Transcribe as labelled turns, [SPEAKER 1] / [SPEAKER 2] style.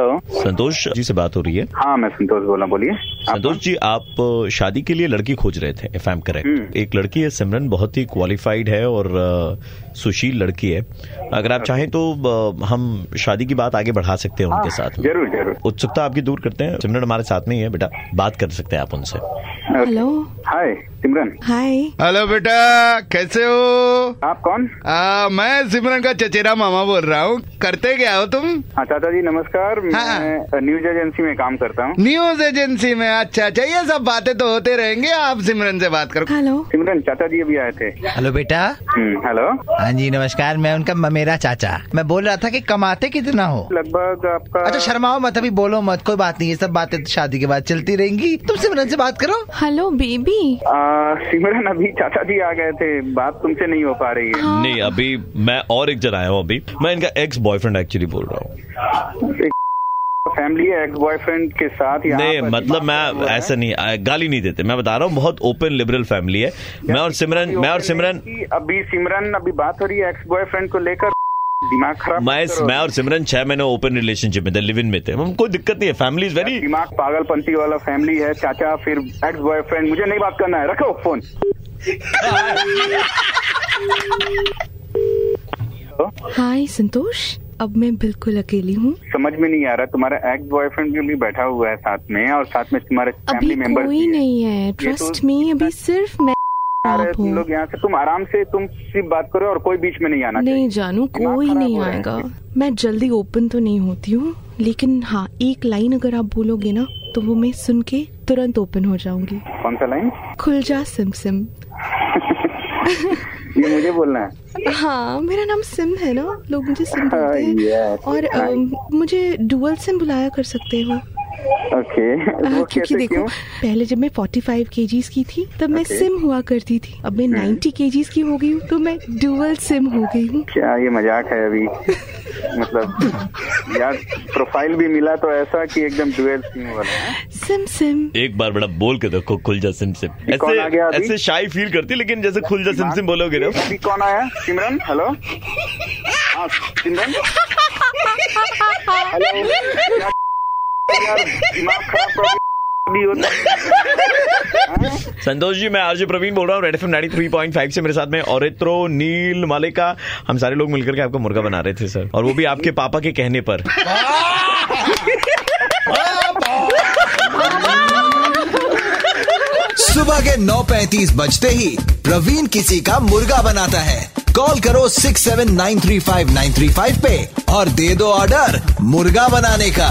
[SPEAKER 1] संतोष जी से बात हो रही है
[SPEAKER 2] हाँ मैं संतोष बोल रहा हूँ बोलिए
[SPEAKER 1] संतोष जी आप शादी के लिए लड़की खोज रहे थे इफ आई एम करेक्ट
[SPEAKER 2] हम्म।
[SPEAKER 1] एक लड़की है सिमरन बहुत ही क्वालिफाइड है और अ, सुशील लड़की है अगर
[SPEAKER 2] अच्छा।
[SPEAKER 1] आप चाहें तो अ, हम शादी की बात आगे बढ़ा सकते हैं
[SPEAKER 2] हाँ।
[SPEAKER 1] उनके साथ में
[SPEAKER 2] जरूर जरूर
[SPEAKER 1] उत्सुकता आपकी दूर करते हैं सिमरन हमारे साथ में ही है बेटा बात कर सकते हैं आप उनसे
[SPEAKER 3] hello
[SPEAKER 2] hi Simran
[SPEAKER 3] hi
[SPEAKER 4] hello बेटा कैसे हो
[SPEAKER 2] आप कौन
[SPEAKER 4] आ, मैं सिमरन का चचेरा मामा बोल रहा हूँ करते क्या हो तुम
[SPEAKER 2] हाँ चाचा जी नमस्कार मैं न्यूज एजेंसी में काम करता हूँ
[SPEAKER 4] न्यूज एजेंसी में अच्छा अच्छा ये सब बातें तो होते रहेंगे आप सिमरन से बात करो
[SPEAKER 3] हेलो
[SPEAKER 2] सिमरन चाचा जी अभी आए थे
[SPEAKER 5] हेलो बेटा
[SPEAKER 2] हम्म, हेलो
[SPEAKER 5] हाँ जी नमस्कार मैं उनका ममेरा चाचा मैं बोल रहा था कि कमाते कितना हो
[SPEAKER 2] लगभग आपका
[SPEAKER 5] अच्छा शर्माओ मत अभी बोलो मत कोई बात नहीं ये सब बातें तो शादी के बाद चलती रहेंगी तुम सिमरन से बात करो
[SPEAKER 3] हेलो बेबी
[SPEAKER 2] आ, सिमरन अभी चाचा जी आ गए थे बात तुमसे नहीं हो पा रही है
[SPEAKER 1] नहीं अभी मैं और एक जन आया हूँ अभी मैं इनका एक्स बॉयफ्रेंड एक्चुअली बोल रहा हूँ
[SPEAKER 2] फैमिली एक्स बॉयफ्रेंड के साथ यहाँ
[SPEAKER 1] नहीं
[SPEAKER 2] पर
[SPEAKER 1] मतलब
[SPEAKER 2] बात
[SPEAKER 1] मैं
[SPEAKER 2] हुआ है।
[SPEAKER 1] ऐसा नहीं आ, गाली नहीं देते मैं बता रहा हूँ बहुत ओपन लिबरल फैमिली है मैं और सिमरन मैं और सिमरन
[SPEAKER 2] कि अभी सिमरन अभी बात हो रही है एक्स बॉयफ्रेंड को लेकर दिमाग खराब
[SPEAKER 1] मैं
[SPEAKER 2] मत करो।
[SPEAKER 1] मैं और सिमरन छह महीने ओपन रिलेशनशिप में थे लिव इन में थे हम कोई दिक्कत नहीं है फैमिली इज वेरी
[SPEAKER 2] दिमाग पागलपंती वाला फैमिली है चाचा फिर एक्स बॉयफ्रेंड मुझे नहीं बात करना है रखो फोन
[SPEAKER 3] हाय संतोष अब मैं बिल्कुल अकेली हूँ
[SPEAKER 2] समझ में नहीं आ रहा तुम्हारा एक्स बॉयफ्रेंड भी बैठा हुआ है साथ में और साथ में तुम्हारे
[SPEAKER 3] अभी
[SPEAKER 2] फैमिली मेंबर
[SPEAKER 3] कोई नहीं है ट्रस्ट मी अभी सिर्फ मैं आप
[SPEAKER 2] तुम
[SPEAKER 3] हूँ
[SPEAKER 2] लोग यहाँ से तुम आराम से तुम सिर्फ बात करो और कोई बीच में नहीं आना चाहिए।
[SPEAKER 3] नहीं जानू
[SPEAKER 2] दिमाग
[SPEAKER 3] कोई
[SPEAKER 2] खराब
[SPEAKER 3] नहीं
[SPEAKER 2] हो रहा है।
[SPEAKER 3] आएगा मैं जल्दी ओपन तो नहीं होती हूँ लेकिन हाँ एक लाइन अगर आप बोलोगे ना तो वो मैं सुन के तुरंत ओपन हो जाऊंगी
[SPEAKER 2] कौन सा लाइन
[SPEAKER 3] खुल जा सिम सिम
[SPEAKER 2] ये मुझे बोलना है
[SPEAKER 3] हाँ मेरा नाम सिम है ना लोग मुझे सिम
[SPEAKER 2] हाँ,
[SPEAKER 3] बोलते हैं
[SPEAKER 2] yes,
[SPEAKER 3] और अम, मुझे डुअल सिम बुलाया कर सकते हो
[SPEAKER 2] ओके
[SPEAKER 3] हाँ,
[SPEAKER 2] वो
[SPEAKER 3] क्योंकि
[SPEAKER 2] कैसे
[SPEAKER 3] देखो
[SPEAKER 2] क्यों
[SPEAKER 3] पहले जब मैं 45 फाइव की थी तब मैं सिम हुआ करती थी अब मैं
[SPEAKER 2] Hmm.
[SPEAKER 3] 90 केजीज की हो गई हूँ तो मैं डुअल सिम हो गई हूँ
[SPEAKER 2] क्या ये मजाक है अभी मतलब यार प्रोफाइल भी मिला तो ऐसा कि एकदम डुअल सिम वाला है।
[SPEAKER 3] सिम सिम
[SPEAKER 1] एक बार बड़ा बोल के देखो खुल जा सिम सिम
[SPEAKER 2] कौन आ
[SPEAKER 1] ऐसे
[SPEAKER 2] गया अभी?
[SPEAKER 1] ऐसे शाई फील करती है, लेकिन जैसे खुल जा सिम सिम बोलोगे ना
[SPEAKER 2] अभी कौन आया सिमरन हेलो हाँ सिमरन हेलो यार, यार दिमाग खराब कर दिया। अभी होता
[SPEAKER 1] संतोष जी मैं आरजे प्रवीण बोल रहा हूँ रेड एफ 93.5 से मेरे साथ में औरित्रो नील मालिका हम सारे लोग मिलकर के आपका मुर्गा बना रहे थे सर और वो भी आपके पापा के कहने पर
[SPEAKER 6] सुबह के 9:35 बजते ही प्रवीण किसी का मुर्गा बनाता है कॉल करो 6793593 पे और दे दो ऑर्डर मुर्गा बनाने का